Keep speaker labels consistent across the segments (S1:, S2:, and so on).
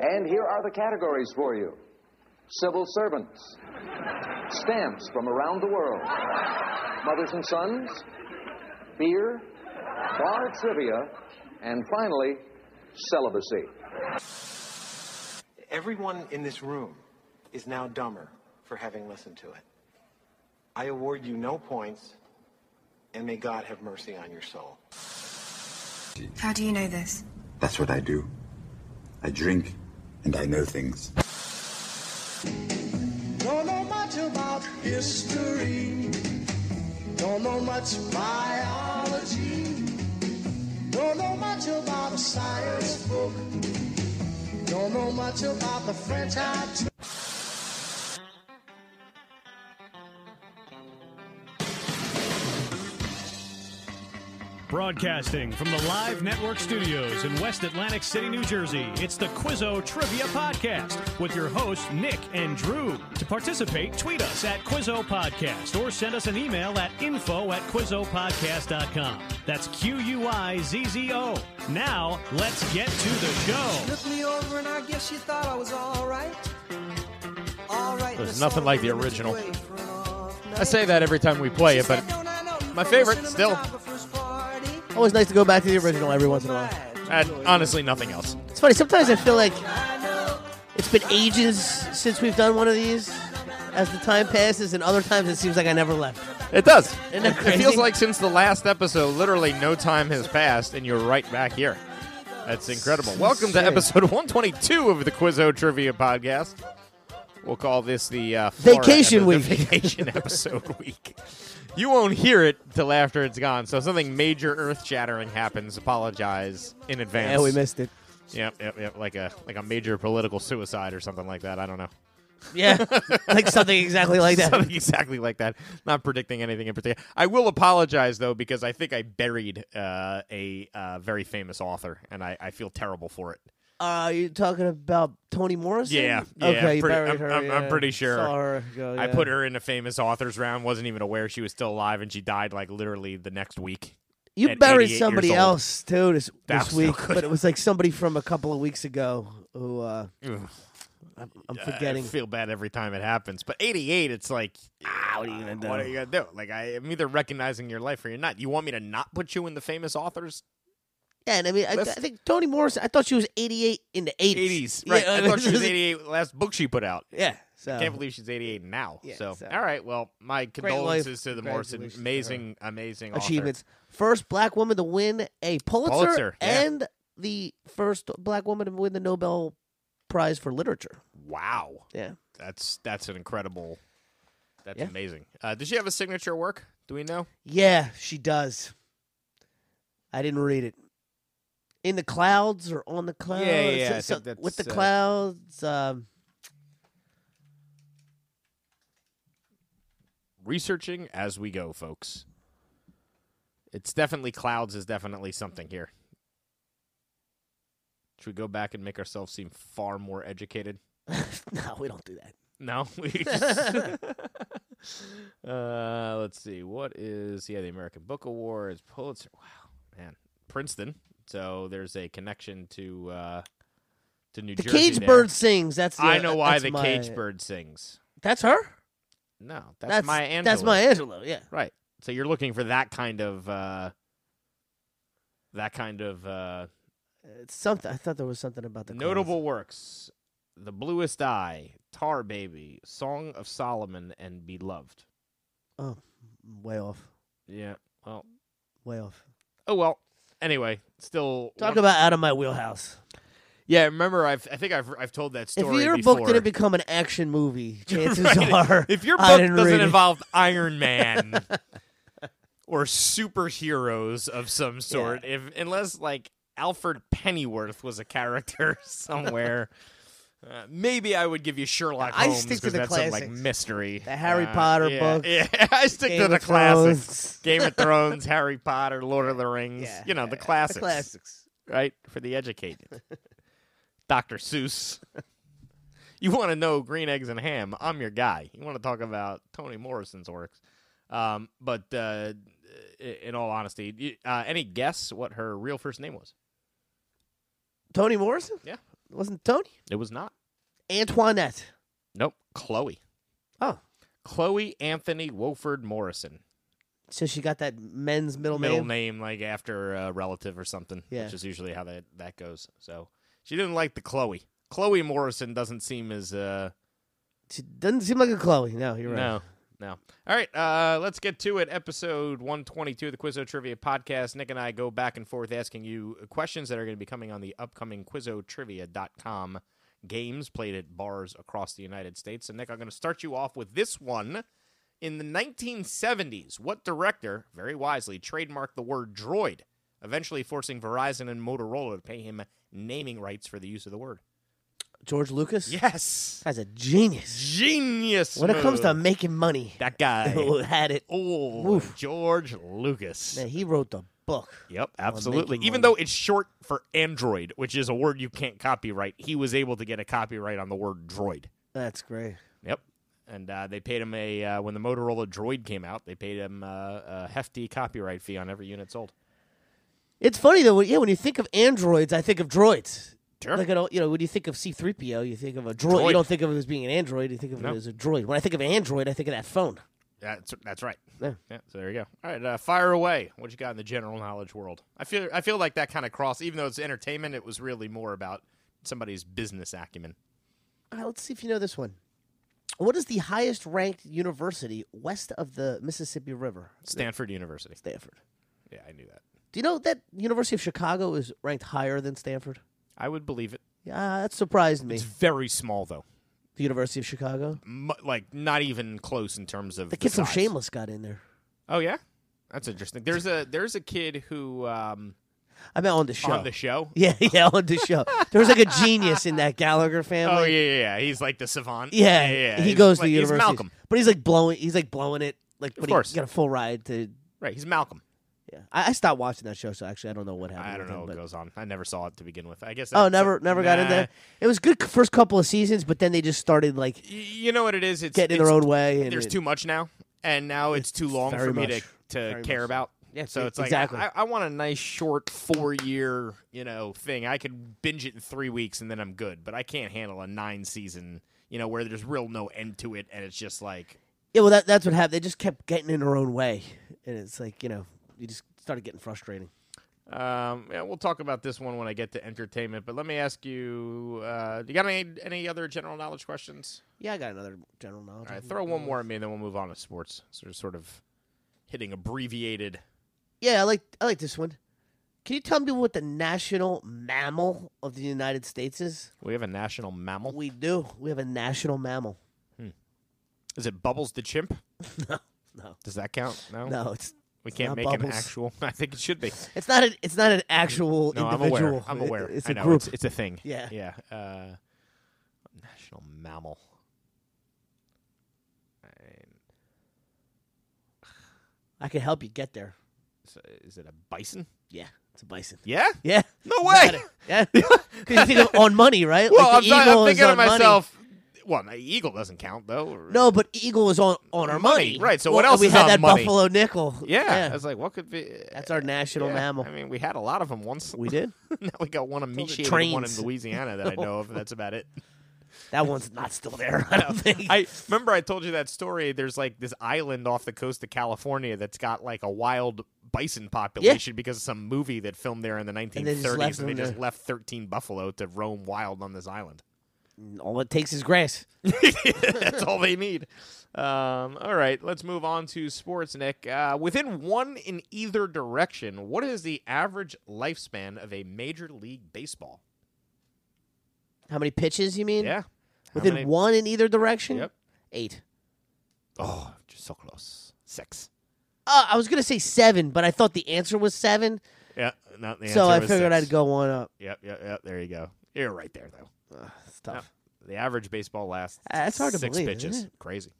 S1: And here are the categories for you civil servants, stamps from around the world, mothers and sons, beer, bar trivia, and finally, celibacy.
S2: Everyone in this room is now dumber for having listened to it. I award you no points, and may God have mercy on your soul.
S3: How do you know this?
S4: That's what I do. I drink and I know things.
S5: Don't know much about history. Don't know much biology. Don't know much about a science book. Don't know much about the French I took.
S6: Broadcasting from the Live Network studios in West Atlantic City, New Jersey, it's the Quizzo Trivia Podcast with your hosts, Nick and Drew. To participate, tweet us at Quizzo Podcast or send us an email at info at QuizzoPodcast.com. That's Q U I Z Z O. Now, let's get to the show.
S7: Looked me over and I guess she thought I was all right. All right.
S8: There's
S7: that's
S8: nothing
S7: all
S8: like the
S7: I can
S8: original.
S7: wait for an off
S8: I
S7: night.
S8: say that every time we play
S7: She
S8: it, but
S7: said, "Don't I know you
S8: my
S7: from
S8: favorite
S7: the
S8: still."
S7: cinematographer's party?"
S9: Always nice to go back to the original every once in a while.
S8: uh, honestly, nothing else.
S9: It's funny. Sometimes I feel like it's been ages since we've done one of these. As the time passes, and other times it seems like I never left.
S8: It does.
S9: Isn't that
S8: It
S9: crazy?
S8: feels like since the last episode, literally no time has passed, and you're right back here. That's incredible. Welcome to
S9: insane.
S8: episode 122 of the Quizzo Trivia Podcast. We'll call this the uh, Florida
S9: Vacation
S8: epi-
S9: week.
S8: the vacation episode week. You won't hear it till after it's gone. So if something major, earth shattering happens. Apologize in advance.
S9: Yeah, we missed it.
S8: Yep, yep, yep. Like a like a major political suicide or something like that. I don't know.
S9: Yeah, like something exactly like that.
S8: Something exactly like that. Not predicting anything in particular. I will apologize though because I think I buried uh, a uh, very famous author, and I, I feel terrible for it.
S9: Are Uh, you talking about Tony Morrison?
S8: Yeah, yeah,
S9: okay, you
S8: pretty-
S9: buried
S8: I'm-
S9: her,
S8: I'm- I'm
S9: yeah.
S8: pretty sure.
S9: Saw her go,
S8: I
S9: yeah.
S8: put her in a famous authors round. wasn't even aware she was still alive, and she died like literally the next week.
S9: You
S8: at
S9: buried
S8: 88 years
S9: somebody
S8: old.
S9: else too this,
S8: That
S9: this
S8: was no
S9: week,
S8: good.
S9: but it was like somebody from a couple of weeks ago who uh,
S8: Ugh.
S9: I'm, I'm
S8: I
S9: forgetting.
S8: feel bad every time it happens, but 88, it's like, Ah, what are you gonna do? What are you gonna do? Like I am either recognizing your life or you're not. You want me to not put you in the famous authors
S9: yeah, and I mean, I, I
S8: Let's-
S9: think Tony Morrison. I thought she was 88 in the 80s.
S8: 80s,
S9: Yeah,
S8: right? I
S9: mean,
S8: thought she was 88 last book she put out.
S9: Yeah, so
S8: Can't believe she's 88 now.
S9: Uh-huh. Yeah,
S8: so.
S9: so-
S8: all right. Well, my condolences
S9: life.
S8: to the Morrison.
S9: Congratulations to
S8: Amazing, amazing author.
S9: achievements. First black woman to win a Pulitzer,
S8: Pulitzer, yeah.
S9: and the first black woman to win the Nobel Prize for Literature.
S8: Wow,
S9: Yeah,
S8: that's that's an incredible. That's
S9: Yeah.
S8: amazing. Uh, does she have a signature work? Do we know?
S9: yeah, she does. I didn't read it. In the clouds or on the clouds?
S8: yeah, yeah, I
S9: So-
S8: think that's,
S9: with the
S8: uh,
S9: clouds. Um,
S8: Researching as we go, folks. It's definitely clouds is definitely something here. Should we go back and make ourselves seem far more educated?
S9: no, we don't do that.
S8: No. we just- uh, let's see. What is yeah the American Book Awards, Pulitzer? Wow, man, Princeton. So there's a connection to uh, to New
S9: The
S8: Jersey.
S9: cage
S8: there.
S9: bird sings. That's the,
S8: I know why
S9: that's
S8: the
S9: my-
S8: cage bird sings.
S9: That's her.
S8: No, that's, my Angelou.
S9: That's my Angelou. Yeah.
S8: Right. So you're looking for that kind of uh, that kind of uh,
S9: It's something. I thought there was something about the clouds.
S8: Notable works: The Bluest Eye, Tar Baby, Song of Solomon, and Beloved.
S9: Oh, way off.
S8: Yeah. Well.
S9: Way off.
S8: Oh well. Anyway, still
S9: Talk
S8: one-
S9: about out of my wheelhouse.
S8: Yeah, remember I've I think I've I've told that
S9: If
S8: story.
S9: your
S8: before.
S9: book didn't become an action movie, chances
S8: Right.
S9: are
S8: if your
S9: I
S8: book
S9: didn't read
S8: doesn't
S9: it.
S8: involve Iron Man or superheroes of some sort, if unless like Alfred Pennyworth was a character somewhere. Uh, maybe I would give you Sherlock
S9: I
S8: Holmes
S9: stick to
S8: 'cause
S9: the
S8: that's some, like
S9: classics.
S8: mystery.
S9: The Harry
S8: Uh,
S9: Potter
S8: yeah,
S9: books,
S8: Yeah, I stick
S9: Game
S8: to
S9: of
S8: the classics.
S9: Thrones.
S8: Game of Thrones, Harry Potter, Lord of the Rings.
S9: Yeah,
S8: you know the
S9: yeah,
S8: classics
S9: The classics.
S8: right? For the educated. Dr. Seuss. You want to know green eggs and ham? I'm your guy. You want to talk about Toni Morrison's works? Um, but uh, i- in all honesty, y- uh, any guess what her real first name was?
S9: Toni Morrison?
S8: Yeah.
S9: It wasn't Tony.
S8: It was not.
S9: Antoinette.
S8: Nope. Chloe.
S9: Oh.
S8: Chloe Anthony Wofford Morrison.
S9: So she got that men's middle,
S8: Middle
S9: name.
S8: name, like after a relative or something,
S9: Yeah.
S8: which is usually how that, that goes. So she didn't like the Chloe. Chloe Morrison doesn't seem as. Uh,
S9: She doesn't seem like a Chloe. No, you're right.
S8: No, no. All right, uh, let's get to it. Episode 122 of the Quizzo Trivia Podcast. Nick and I go back and forth asking you questions that are going to be coming on the upcoming QuizzoTrivia.com games played at bars across the United States. And Nick, I'm going to start you off with this one. In the 1970s, what director, very wisely, trademarked the word droid, eventually forcing Verizon and Motorola to pay him naming rights for the use of the word?
S9: George Lucas?
S8: Yes.
S9: That's a genius.
S8: Genius.
S9: When it comes to
S8: move.
S9: making money,
S8: that guy.
S9: who had it.
S8: Oh,
S9: Oof.
S8: George Lucas.
S9: Man, he wrote the book.
S8: Yep,
S9: on
S8: absolutely.
S9: making
S8: Even though
S9: money.
S8: it's short for Android, which is a word you can't copyright, he was able to get a copyright on the word droid.
S9: That's great.
S8: Yep. And uh, they paid him a, uh, when the Motorola droid came out, they paid him uh, a hefty copyright fee on every unit sold.
S9: It's funny though. when- Yeah, when you think of androids, I think of droids.
S8: Sure.
S9: Like I don't, you know, when you think of C-3PO, you think of a droid.
S8: Droid.
S9: You don't think of it as being an android. You think of
S8: No.
S9: it as a droid. When I think of android, I think of that phone.
S8: That's, that's right.
S9: Yeah.
S8: so there you go. All right, uh, fire away. What you got in the general knowledge world? I feel I feel like that kind of cross, even though it's entertainment, it was really more about somebody's business acumen.
S9: All right, let's see if you know this one. What is the highest ranked university west of the Mississippi River?
S8: Stanford University.
S9: Stanford.
S8: Yeah, I knew that.
S9: Do you know that University of Chicago is ranked higher than Stanford?
S8: I would believe it.
S9: Yeah, that surprised me.
S8: It's very small though,
S9: the University of Chicago.
S8: M- like not even close in terms of
S9: The kid from
S8: size.
S9: Shameless got in there.
S8: Oh yeah, that's interesting. There's a there's a kid who um,
S9: I meant on the show.
S8: on the show.
S9: yeah, yeah, on the show. There was like a genius in that Gallagher family.
S8: Oh yeah, yeah, yeah. He's like the savant.
S9: Yeah, he
S8: He's
S9: goes
S8: like-
S9: to
S8: He's
S9: university.
S8: Malcolm,
S9: But he's like blowing. He's like blowing it. Like, but
S8: course.
S9: he got a full ride to.
S8: right? He's Malcolm.
S9: Yeah, I, I stopped watching that show, so actually, I don't know what happened.
S8: I don't
S9: with him,
S8: know what
S9: but-
S8: goes on. I never saw it to begin with. I guess.
S9: Oh,
S8: that's-
S9: never, never got in
S8: Nah.
S9: there. It was good c- first couple of seasons, but then they just started like
S8: Y- You know what it is? It's
S9: getting in
S8: it's-
S9: their own way. And
S8: There's
S9: it-
S8: too much now, and now it's, too long
S9: very
S8: for me
S9: much.
S8: to to
S9: Very
S8: care
S9: much.
S8: about.
S9: Yeah,
S8: so
S9: e-
S8: it's like
S9: exactly.
S8: I, I want a nice short four year, you know, thing. I could binge it in three weeks and then I'm good, but I can't handle a nine season, you know, where there's real no end to it and it's just like
S9: Yeah, well, that, that's what happened. They just kept getting in their own way, and it's like you know, you just started getting frustrating.
S8: um yeah, we'll talk about this one when I get to entertainment, but let me ask you uh you got any any other general knowledge questions?
S9: Yeah, I got another general knowledge.
S8: All right, throw one more at me and then we'll move on to sports. So sort of hitting abbreviated
S9: Yeah, I like I like this one. Can you tell me what the national mammal of the United States is?
S8: we have a national mammal.
S9: We do. We have a national mammal.
S8: Is it Bubbles the Chimp?
S9: No, no,
S8: Does that count? No.
S9: no. It's
S8: Oh. We can't
S9: not
S8: make an
S9: Bubbles.
S8: actual. I think it should be.
S9: it's not an it's not an actual
S8: No, I'm aware.
S9: individual.
S8: I'm
S9: It-
S8: aware.
S9: it's
S8: I
S9: a
S8: know.
S9: group.
S8: It's, it's a thing.
S9: Yeah.
S8: Yeah. Uh, national mammal. I-
S9: I can help you get there.
S8: Is is it a bison?
S9: Yeah, it's a bison.
S8: Yeah.
S9: Yeah.
S8: No
S9: Got
S8: way.
S9: it. Yeah. 'Cause you think of on money, right?
S8: Well,
S9: Like
S8: I'm,
S9: the
S8: not- I'm
S9: eagle is
S8: thinking to
S9: on money.
S8: myself. Well, an eagle doesn't count though. or-
S9: No, but eagle was on on our
S8: Money,
S9: money,
S8: right, so
S9: Well,
S8: what else
S9: We
S8: is
S9: had
S8: on
S9: that
S8: money?
S9: buffalo nickel.
S8: Yeah. I was like, what could be? uh,
S9: that's our national
S8: yeah.
S9: mammal.
S8: I mean, we had a lot of them once.
S9: we did.
S8: now we got one emaciated, one in
S9: trains. Oh,
S8: Louisiana that I know of. and That's about it.
S9: That one's not still there. I don't think.
S8: I remember I told you that story. There's like this island off the coast of California that's got like a wild bison population because of some movie that filmed there in the 1930s, and they
S9: they just left
S8: just,
S9: them there.
S8: left 13 buffalo to roam wild on this island.
S9: All it takes is grass.
S8: that's all they need. Um, all right, let's move on to sports, Nick. Uh, within one in either direction, what is the average lifespan of a major league baseball?
S9: How many pitches you mean?
S8: Yeah, How
S9: Within
S8: many-
S9: one in either direction.
S8: Yep.
S9: Eight.
S8: Oh, just so close. Six.
S9: Uh, I was gonna say seven, but I thought the answer was seven,
S8: Yeah, not the answer.
S9: so I
S8: was
S9: figured
S8: six.
S9: I'd go one up.
S8: Yep, yep, yep. There you go. You're right there though.
S9: It's tough.
S8: The average baseball lasts
S9: Uh, that's hard to
S8: six
S9: believe,
S8: pitches.
S9: isn't it?
S8: Crazy.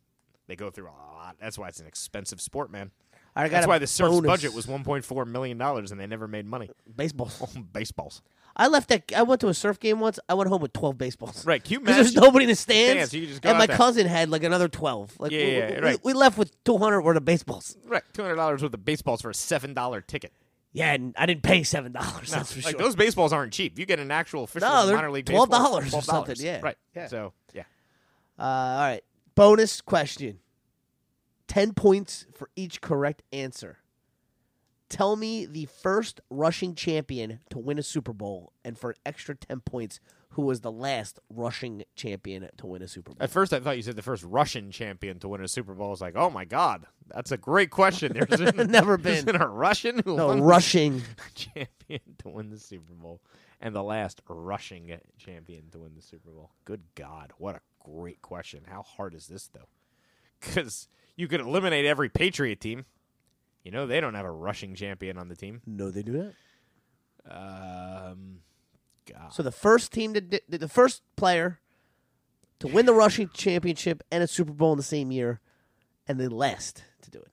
S8: They go through a lot. That's why it's an expensive sport, man.
S9: All right, I got
S8: That's
S9: a
S8: why the Surf's
S9: bonus.
S8: budget was 1.4 million dollars, and they never made money.
S9: baseball.
S8: Baseballs,
S9: I left that. I went to a surf game once. I went home with twelve baseballs.
S8: right? Can you
S9: 'Cause there's
S8: imagine-
S9: nobody in the stands,
S8: you could just go
S9: and
S8: out
S9: my
S8: there.
S9: cousin had like another twelve. Like
S8: Yeah,
S9: we,
S8: yeah,
S9: we-
S8: right.
S9: we left with two hundred worth of baseballs.
S8: Right, two hundred dollars worth of baseballs for a seven dollar ticket.
S9: Yeah, and I didn't pay seven dollars. that's for
S8: like
S9: sure.
S8: those baseballs aren't cheap. You get an actual official
S9: No, they're
S8: minor league baseball,
S9: $12 or something, yeah.
S8: right.
S9: Yeah.
S8: So yeah,
S9: Uh, all right. Bonus question. Ten points for each correct answer. Tell me the first rushing champion to win a Super Bowl, and for an extra ten points, who was the last rushing champion to win a Super Bowl?
S8: At first, I thought you said the first Russian champion to win a Super Bowl. I was like, oh my god, that's a great question. There's
S9: Never
S8: there's
S9: been.
S8: a Russian who
S9: No,
S8: won the
S9: rushing.
S8: champion to win the Super Bowl, and the last rushing champion to win the Super Bowl. Good God, what a great question! How hard is this though? Because you could eliminate every Patriot team. You know they don't have a rushing champion on the team.
S9: No, they do not.
S8: Um, God.
S9: Ah. So the first team to di- the first player to win the rushing championship and a Super Bowl in the same year, and the last to do it.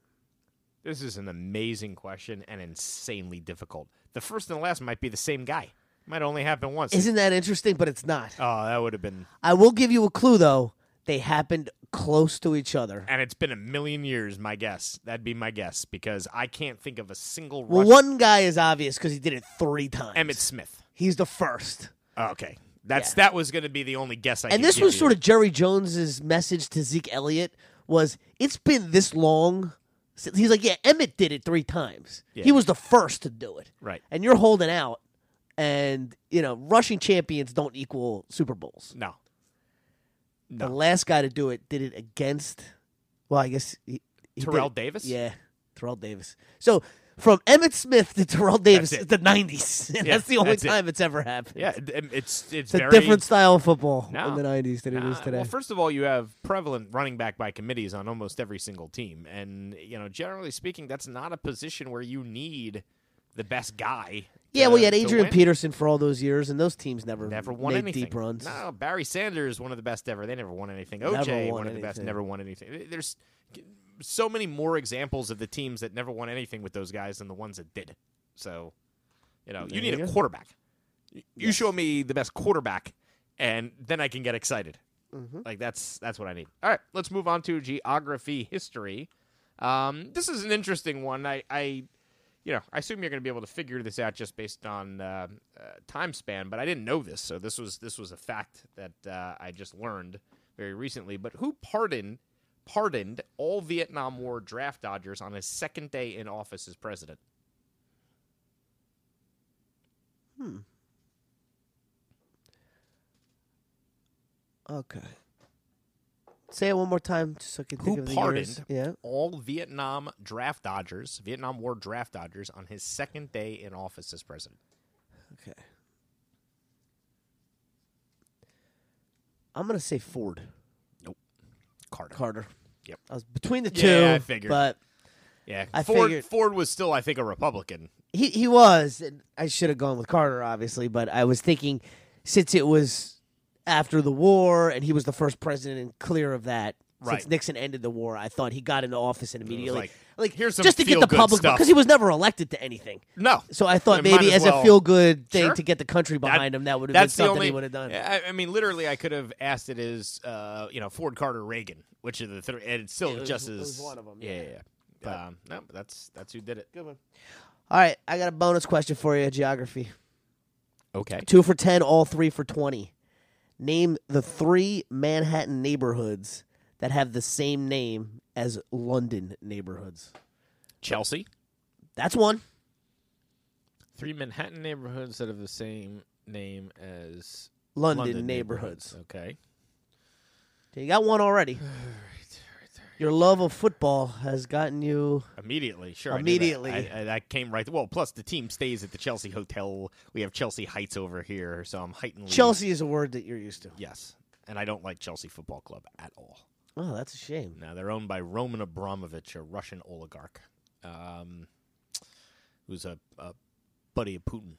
S8: This is an amazing question and insanely difficult. The first and the last might be the same guy. Might only happen once.
S9: Isn't that interesting? But it's not.
S8: oh, that would have been.
S9: I will give you a clue though. They happened close to each other.
S8: And it's been a million years, my guess. That'd be my guess because I can't think of a single
S9: Well,
S8: Russian.
S9: one guy is obvious because he did it three times.
S8: Emmett Smith.
S9: He's the first.
S8: Oh, okay. That's
S9: Yeah.
S8: that was going to be the only guess I
S9: And
S8: could
S9: this
S8: give
S9: was
S8: you.
S9: sort of Jerry Jones's message to Zeke Elliott was it's been this long. since-" He's like, yeah, Emmett did it three times. He
S8: Yeah.
S9: was the first to do it.
S8: Right.
S9: And you're holding out. And, you know, rushing champions don't equal Super Bowls.
S8: no.
S9: The last guy to do it did it against, well, I guess. He, he did
S8: Terrell
S9: it-
S8: Davis?
S9: Yeah, Terrell Davis. So from Emmett Smith to Terrell Davis,
S8: it.
S9: it's the 90s. And
S8: Yeah,
S9: that's the only
S8: that's it.
S9: time it's ever happened.
S8: Yeah, it- it- it's it's
S9: It's a
S8: very
S9: different style of football
S8: No.
S9: in the 90s than it is
S8: Uh,
S9: today.
S8: Well, first of all, you have prevalent running back by committees on almost every single team, and you know, generally speaking, that's not a position where you need the best guy.
S9: yeah,
S8: to-
S9: well, you had
S8: to
S9: Adrian
S8: win.
S9: Peterson for all those years, and those teams never,
S8: Never won
S9: made
S8: anything.
S9: deep runs.
S8: No, Barry Sanders, one of the best ever. They never won anything.
S9: Never
S8: OJ,
S9: won
S8: one of the best,
S9: anything.
S8: never won anything. There's so many more examples of the teams that never won anything with those guys than the ones that did. So, you know, you need a quarterback. You you show me the best quarterback, and then I can get excited. Like that's that's what I need. All right, let's move on to geography history. Um, this is an interesting one. I, I, you know, I assume you're going to be able to figure this out just based on uh, uh, time span, but I didn't know this, so this was this was a fact that uh, I just learned very recently. But who pardoned pardoned all Vietnam War draft dodgers on his second day in office as president?
S9: Okay. Say it one more time just so I can think
S8: Who
S9: of the years.
S8: pardoned
S9: Yeah.
S8: all Vietnam draft dodgers, Vietnam War draft dodgers, on his second day in office as president?
S9: Okay. I'm going to say Ford.
S8: Carter.
S9: Carter.
S8: Yep.
S9: I was between the two.
S8: Yeah, I figured.
S9: But
S8: Yeah,
S9: I
S8: Ford.
S9: figured-
S8: Ford was still, I think, a Republican.
S9: he, he was. And I should have gone with Carter, obviously, but I was thinking since it was after the war and he was the first president and clear of that. Since
S8: Right.
S9: Nixon ended the war, I thought he got into office and immediately,
S8: like, "Here's some
S9: just to get the
S8: feel-good
S9: public,
S8: stuff."
S9: because he was never elected to anything.
S8: No,
S9: So I thought
S8: Might
S9: maybe as, a
S8: well-
S9: feel good thing
S8: Sure.
S9: to get the country behind him, that would have been
S8: that's the
S9: something
S8: only-
S9: he would have done.
S8: I, I mean, literally, I could have asked it as uh, you know Ford, Carter, Reagan, which of the three, and it's still
S9: It was-
S8: just
S9: it
S8: as
S9: was one of 'em,
S8: Yeah,
S9: yeah.
S8: yeah. yeah. Um, no, but that's that's who did it. Good one.
S9: All right, I got a bonus question for you, geography.
S8: Okay.
S9: Two for 10, all three for 20. Name the three Manhattan neighborhoods that have the same name as London neighborhoods.
S8: Chelsea.
S9: That's one.
S8: Three Manhattan neighborhoods that have the same name as
S9: London, neighborhoods.
S8: Okay.
S9: Okay, You got one already. Your love of football has gotten you.
S8: Immediately, sure. I knew that.
S9: Immediately.
S8: I, I, that came right. Well, plus the team stays at the Chelsea Hotel. We have Chelsea Heights over here, so I'm heightened.
S9: Chelsea is a word that you're used to.
S8: Yes, and I don't like Chelsea Football Club at all.
S9: Oh, that's a shame.
S8: Now they're owned by Roman Abramovich, a Russian oligarch, um, who's a, a buddy of Putin.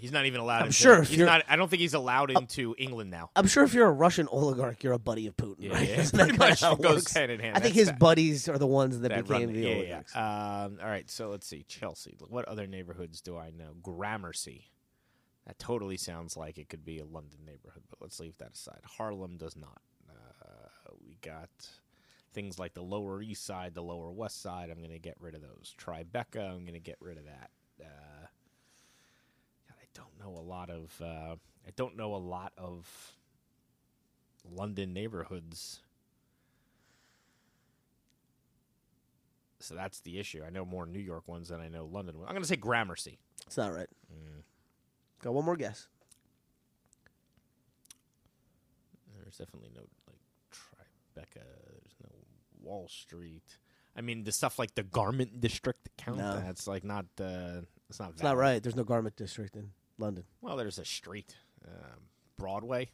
S8: He's not even allowed.
S9: Hmm. I'm
S8: into,
S9: sure if
S8: he's
S9: you're- Uh,
S8: not. I don't think he's allowed into England now.
S9: I'm sure if you're a Russian oligarch, you're a buddy of Putin,
S8: Yeah,
S9: right?
S8: yeah,
S9: Isn't that
S8: pretty
S9: kinda
S8: much
S9: how
S8: it goes
S9: works?
S8: hand in hand.
S9: I think
S8: That's
S9: his
S8: fa-
S9: buddies are the ones that,
S8: That
S9: became
S8: run-
S9: the
S8: yeah, yeah,
S9: oligarchs.
S8: yeah. Um, all right, so let's see. Chelsea. What other neighborhoods do I know? Gramercy. That totally sounds like it could be a London neighborhood, but let's leave that aside. Harlem does not. Uh, we got things like the Lower East Side, the Lower West Side. I'm going to get rid of those. Tribeca. I'm going to get rid of that. Uh, God, I don't know a lot of. Uh, I don't know a lot of London neighborhoods. So that's the issue. I know more New York ones than I know London ones. I'm going to say Gramercy.
S9: It's not right.
S8: Mm.
S9: Got one more guess.
S8: There's definitely no like Tribeca. There's no Wall Street. I mean, the stuff like the garment district count.
S9: No.
S8: That's like not. Uh, it's not.
S9: It's not
S8: valid.
S9: right. There's no garment district in London.
S8: Well, there's a street, um, Broadway.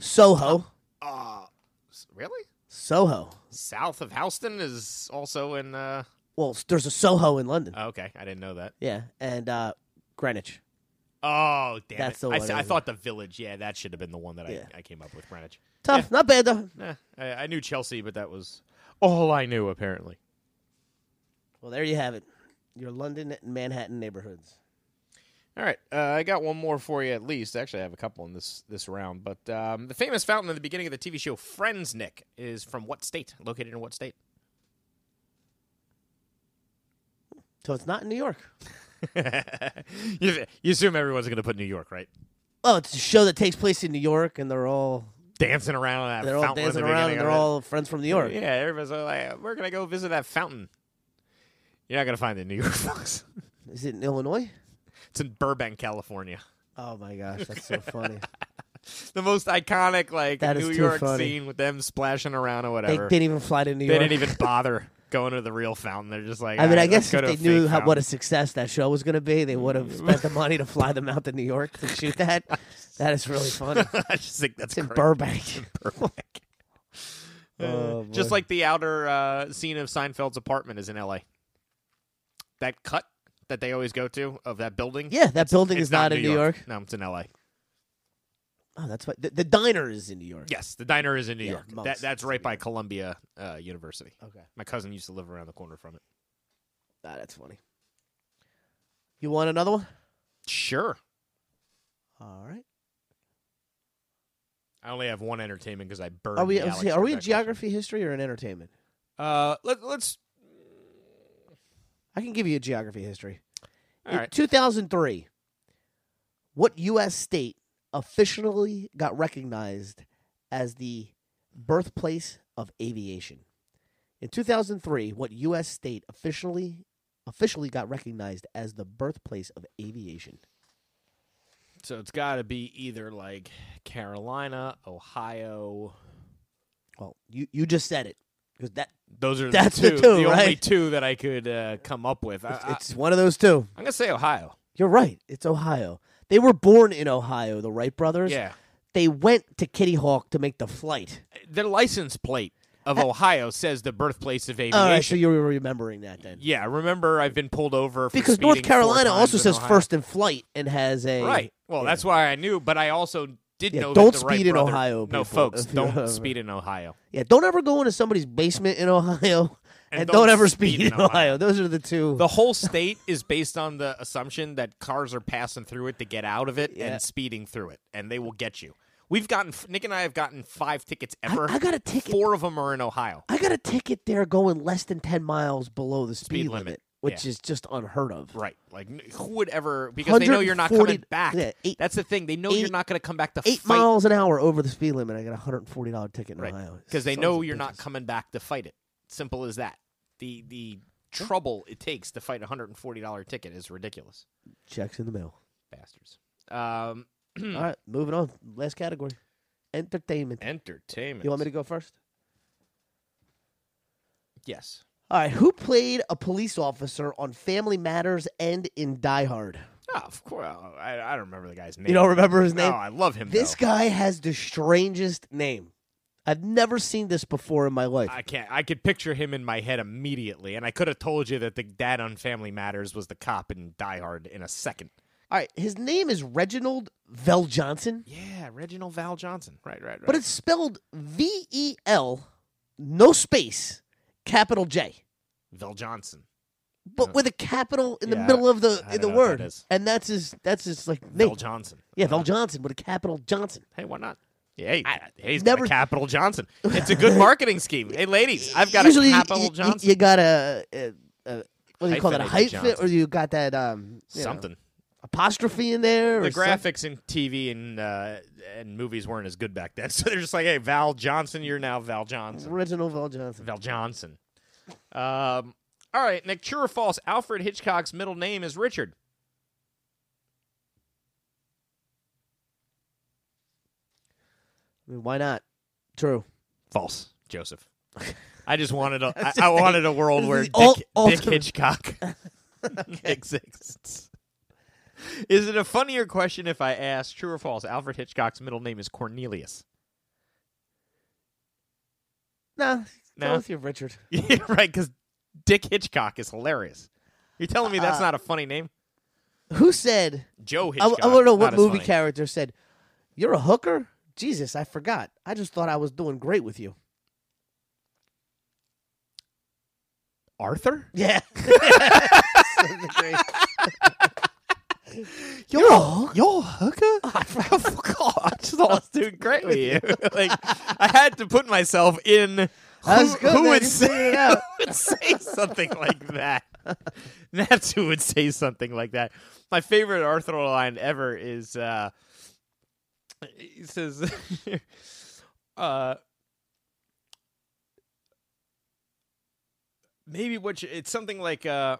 S9: Soho.
S8: Uh s- really?
S9: Soho.
S8: South of Houston is also in. Uh,
S9: Well, s- there's a Soho in London.
S8: oh, okay, I didn't know that.
S9: yeah, and uh, Greenwich.
S8: Oh, damn!
S9: That's
S8: it.
S9: the
S8: I,
S9: one
S8: s-
S9: I
S8: I
S9: was-
S8: thought the village. Yeah, that should have been the one that
S9: Yeah.
S8: I, I came up with. Greenwich.
S9: Tough. Not bad though.
S8: Nah, I, I knew Chelsea, but that was all I knew apparently.
S9: Well, there you have it. Your London and Manhattan neighborhoods.
S8: All right, uh, I got one more for you at least. Actually, I have a couple in this this round. But um, the famous fountain at the beginning of the TV show Friends, Nick, is from what state? Located in what state?
S9: So it's not in New York.
S8: you, you assume everyone's going to put New York, right?
S9: Oh, it's a show that takes place in New York, and they're all
S8: Dancing around that
S9: they're all
S8: fountain at the
S9: dancing around.
S8: beginning
S9: And they're
S8: of it.
S9: all friends from New York.
S8: Yeah, everybody's all like, "Where can I go visit that fountain?" You're not going to find it in New York, folks.
S9: Is it in Illinois?
S8: It's in Burbank, California.
S9: Oh my gosh, that's so funny.
S8: The most iconic, like
S9: That is
S8: New
S9: too
S8: York
S9: funny.
S8: scene with them splashing around or
S9: they
S8: whatever.
S9: didn't even fly to New
S8: They
S9: York.
S8: didn't even bother going to the real fountain. They're just like,
S9: I mean,
S8: "All
S9: I
S8: right,
S9: guess
S8: let's
S9: if
S8: go
S9: they
S8: to a
S9: knew
S8: fake Mm.
S9: how, what
S8: fountain."
S9: a success that show was going to be, they would have spent the money to fly them out to New York to shoot that. that is really funny.
S8: I just think that's
S9: It's in
S8: great.
S9: Burbank.
S8: Burbank.
S9: Oh,
S8: Uh, just
S9: boy.
S8: like the outer uh, scene of Seinfeld's apartment is in L.A. That cut that they always go to of that building.
S9: yeah, that building
S8: it's
S9: is not, in New York.
S8: No, it's in L.A.
S9: Oh, that's why the, the diner is in New York.
S8: Yes, the diner is in New
S9: Yeah,
S8: York. That,
S9: Monk's
S8: that's
S9: is in
S8: right
S9: New
S8: by
S9: York.
S8: Columbia uh, University.
S9: Okay.
S8: My cousin used to live around the corner from it.
S9: Ah, that's funny. You want another one?
S8: Sure.
S9: All right.
S8: I only have one entertainment because I burned.
S9: Are we?
S8: the
S9: let's
S8: Alex
S9: see,
S8: for
S9: are
S8: that
S9: we in
S8: question.
S9: geography, history, or in entertainment?
S8: Uh, let, let's.
S9: I can give you a geography history.
S8: All
S9: in
S8: right.
S9: 2003, what U.S. state officially got recognized as the birthplace of aviation? In 2003, what U.S. state officially officially got recognized as the birthplace of aviation?
S8: So it's got to be either like Carolina, Ohio.
S9: Well, you, you just said it because that
S8: Those are
S9: That's
S8: the
S9: the
S8: two,
S9: two,
S8: only
S9: right?
S8: two that I could uh, come up with. I,
S9: it's, it's one of those two.
S8: am gonna say Ohio.
S9: You're right. It's Ohio. They were born in Ohio, the Wright brothers.
S8: Yeah,
S9: They went to Kitty Hawk to make the flight.
S8: their license plate of Ohio says the birthplace of aviation.
S9: Eh. All right, so you were remembering that then.
S8: yeah, remember I've been pulled over for
S9: because North
S8: speeding four
S9: Carolina
S8: times
S9: also
S8: in
S9: says
S8: Ohio.
S9: first in flight and has a
S8: Right. Well,
S9: Yeah.
S8: that's why I knew, but I also did
S9: Yeah,
S8: know.
S9: don't
S8: that the
S9: speed
S8: Wright
S9: in
S8: brother-
S9: Ohio
S8: No,
S9: before-
S8: folks,
S9: if you
S8: don't
S9: don't-
S8: speed in Ohio.
S9: Yeah, don't ever go into somebody's basement in Ohio, and, don't, ever speed, in Ohio. Those are the two.
S8: The whole state is based on the assumption that cars are passing through it to get out of it
S9: Yeah.
S8: and speeding through it, and they will get you. We've gotten Nick and I have gotten five tickets
S9: I-
S8: ever.
S9: I got a ticket.
S8: Four of them are in Ohio.
S9: I got a ticket there going less than ten miles below the speed,
S8: Speed limit,
S9: which
S8: yeah.
S9: is just unheard of.
S8: Right, like n- who would ever? Because they know you're not
S9: 140
S8: coming back.
S9: yeah, eight-
S8: That's the thing. They know
S9: eight-
S8: you're not going to come back to
S9: Eight
S8: fight.
S9: miles an hour over the speed limit. I got a hundred and forty dollar ticket in Ohio
S8: because they
S9: Sons
S8: know
S9: of
S8: you're not
S9: bitches.
S8: coming back to fight it. Simple as that. The the trouble it takes to fight a hundred and forty dollar ticket is ridiculous.
S9: Checks in the mail.
S8: Bastards. Um,
S9: All right, moving on. Last category, entertainment.
S8: entertainment.
S9: You want me to go first?
S8: Yes.
S9: All right, who played a police officer on Family Matters and in Die Hard?
S8: Oh, of course. Oh, I, I don't remember the guy's name.
S9: You don't remember his
S8: No,
S9: name?
S8: I love him.
S9: This
S8: though.
S9: guy has the strangest name. I've never seen this before in my life.
S8: I can't. I could picture him in my head immediately, and I could have told you that the dad on Family Matters was the cop in Die Hard in a second.
S9: All right, his name is Reginald Vell Johnson,
S8: Yeah, Reginald Val Johnson. Right, right, right.
S9: but it's spelled V E L, no space, capital J,
S8: Val Johnson.
S9: but with a capital in the
S8: Yeah, I
S9: middle of the
S8: don't- I
S9: in the
S8: don't know what that
S9: word,
S8: is.
S9: and that's his that's his like name.
S8: Val Johnson.
S9: yeah, Vell Johnson with a capital Johnson.
S8: Hey, why not? Yeah, hey, hey, he's
S9: never-
S8: got a capital Johnson. It's a good marketing scheme. Hey, ladies, I've got
S9: Usually
S8: a
S9: you-
S8: capital
S9: you,
S8: Johnson.
S9: You, got a, a, a What do you call
S8: Hyphenated
S9: that? A height fit,
S8: Johnson.
S9: or you got that um you know,
S8: Something.
S9: apostrophe in there?
S8: the
S9: or some-
S8: graphics in TV and uh, and movies weren't as good back then, so they're just like, "Hey, Val Johnson, you're now Val Johnson."
S9: Original Val Johnson.
S8: Val Johnson. Um, all right, Nick. True or false? Alfred Hitchcock's middle name is Richard.
S9: I mean, why not? True.
S8: False, Joseph. I just wanted a. I, I wanted a world where
S9: the
S8: Dick,
S9: ul-
S8: Dick
S9: ultimate-
S8: Hitchcock exists. Is it a funnier question if I ask true or false? Alfred Hitchcock's middle name is Cornelius.
S9: Nah,
S8: No?
S9: go with your Richard.
S8: Yeah, right, because Dick Hitchcock is hilarious. You're telling me that's not a funny name?
S9: Who said?
S8: Joe
S9: Uh, I,
S8: Hitchcock.
S9: I want to know what
S8: not as
S9: movie
S8: funny.
S9: character said. You're a hooker. Jesus, I forgot. I just thought I was doing great with you.
S8: Arthur?
S9: Yeah. Something great. You're a hooker.
S8: Yo, hooker? Oh, God. I just thought I was doing great with you. like, I had to put myself in
S9: That's
S8: who,
S9: good,
S8: who
S9: man.
S8: would
S9: You
S8: say,
S9: figured it out.
S8: who would say something like that. That's who would say something like that. My favorite Arthur line ever is uh, he says, uh, maybe what you, it's something like uh,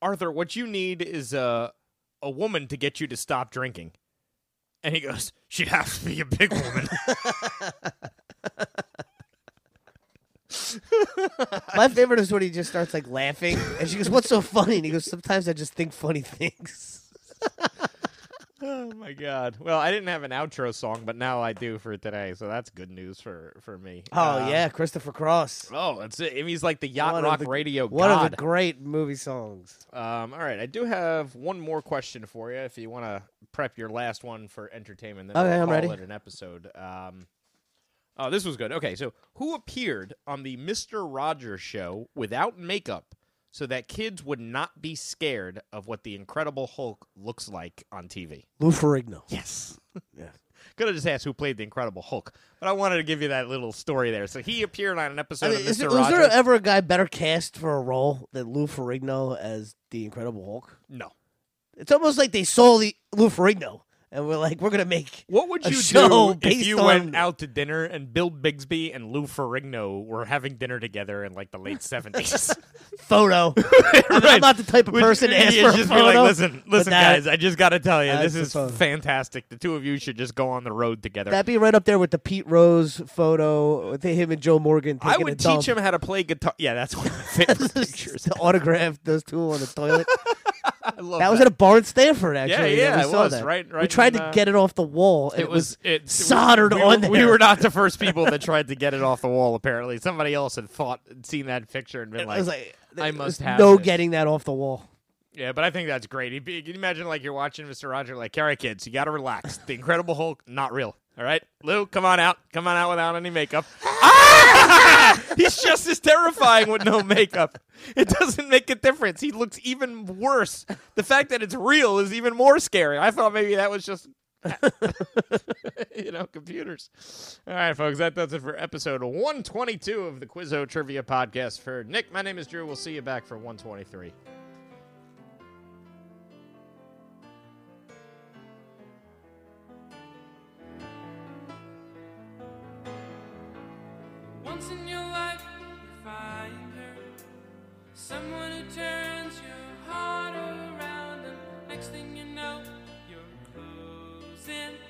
S8: Arthur, what you need is a a woman to get you to stop drinking. And he goes, she'd have to be a big woman.
S9: My favorite is when he just starts like laughing, and she goes, "What's so funny?" And he goes, "Sometimes I just think funny things."
S8: oh my god! Well, I didn't have an outro song, but now I do for today, so that's good news for for me.
S9: Oh
S8: Uh,
S9: yeah, Christopher Cross.
S8: Oh, that's it. I mean, He's like the yacht
S9: One of
S8: rock
S9: the-
S8: radio
S9: One
S8: god.
S9: of the great movie songs.
S8: Um, all right, I do have one more question for you. If you want to prep your last one for entertainment, then
S9: Okay,
S8: we'll
S9: I'm
S8: call
S9: ready.
S8: it an episode. Um, oh, this was good. Okay, so who appeared on the Mister Rogers show without makeup, so that kids would not be scared of what the Incredible Hulk looks like on TV?
S9: Lou Ferrigno.
S8: Yes.
S9: Yes.
S8: Could have just asked who played the Incredible Hulk, but I wanted to give you that little story there. So he appeared on an episode
S9: I mean,
S8: of
S9: is there,
S8: Mister
S9: was
S8: Rogers.
S9: there ever a guy better cast for a role than Lou Ferrigno as the Incredible Hulk?
S8: no.
S9: It's almost like they saw the Lou Ferrigno, and we're like, we're gonna make
S8: What would
S9: a
S8: you
S9: show
S8: do if
S9: based
S8: you
S9: on-
S8: went out to dinner and Bill Bigsby and Lou Ferrigno were having dinner together in like the late seventies?
S9: photo. I am not the type of person to ask for a
S8: just
S9: photo.
S8: Be like, listen,
S9: but
S8: listen,
S9: that-
S8: guys, I just got to tell you, this
S9: that's the
S8: is
S9: photo.
S8: fantastic. The two of you should just go on the road together.
S9: That'd be right up there with the Pete Rose photo with him and Joe Morgan. Taking
S8: I
S9: a
S8: would
S9: dump.
S8: teach him how to play guitar. Yeah, that's one of my favorite pictures.
S9: to autograph those two on the toilet.
S8: I love
S9: That was at a bar in Stanford, actually.
S8: yeah,
S9: we
S8: it
S9: saw
S8: was,
S9: that.
S8: right-
S9: We
S8: right
S9: tried
S8: in,
S9: to
S8: uh,
S9: get it off the wall. and
S8: it was it
S9: soldered
S8: we,
S9: on
S8: we,
S9: there.
S8: we were not the first people that tried to get it off the wall. Apparently, somebody else had thought, seen that picture, and been
S9: It
S8: like,
S9: was like
S8: "I
S9: there
S8: must
S9: was
S8: have
S9: no
S8: this.
S9: getting that off the wall.
S8: Yeah, but I think that's great. He'd be- Can you imagine like you're watching Mr. Roger, like, all right, kids, you got to relax. The Incredible Hulk, not real. All right, Lou, come on out, come on out without any makeup. Ah! He's just as terrifying with no makeup. It doesn't make a difference. He looks even worse. The fact that it's real is even more scary. I thought maybe that was just. you know, computers. All right, folks, that does it for episode 122 of the Quizzo Trivia Podcast. For Nick, my name is Drew. We'll see you back for 123.
S10: Once in your life, you find her. Someone who turns your heart around, and next thing you know, you're closing.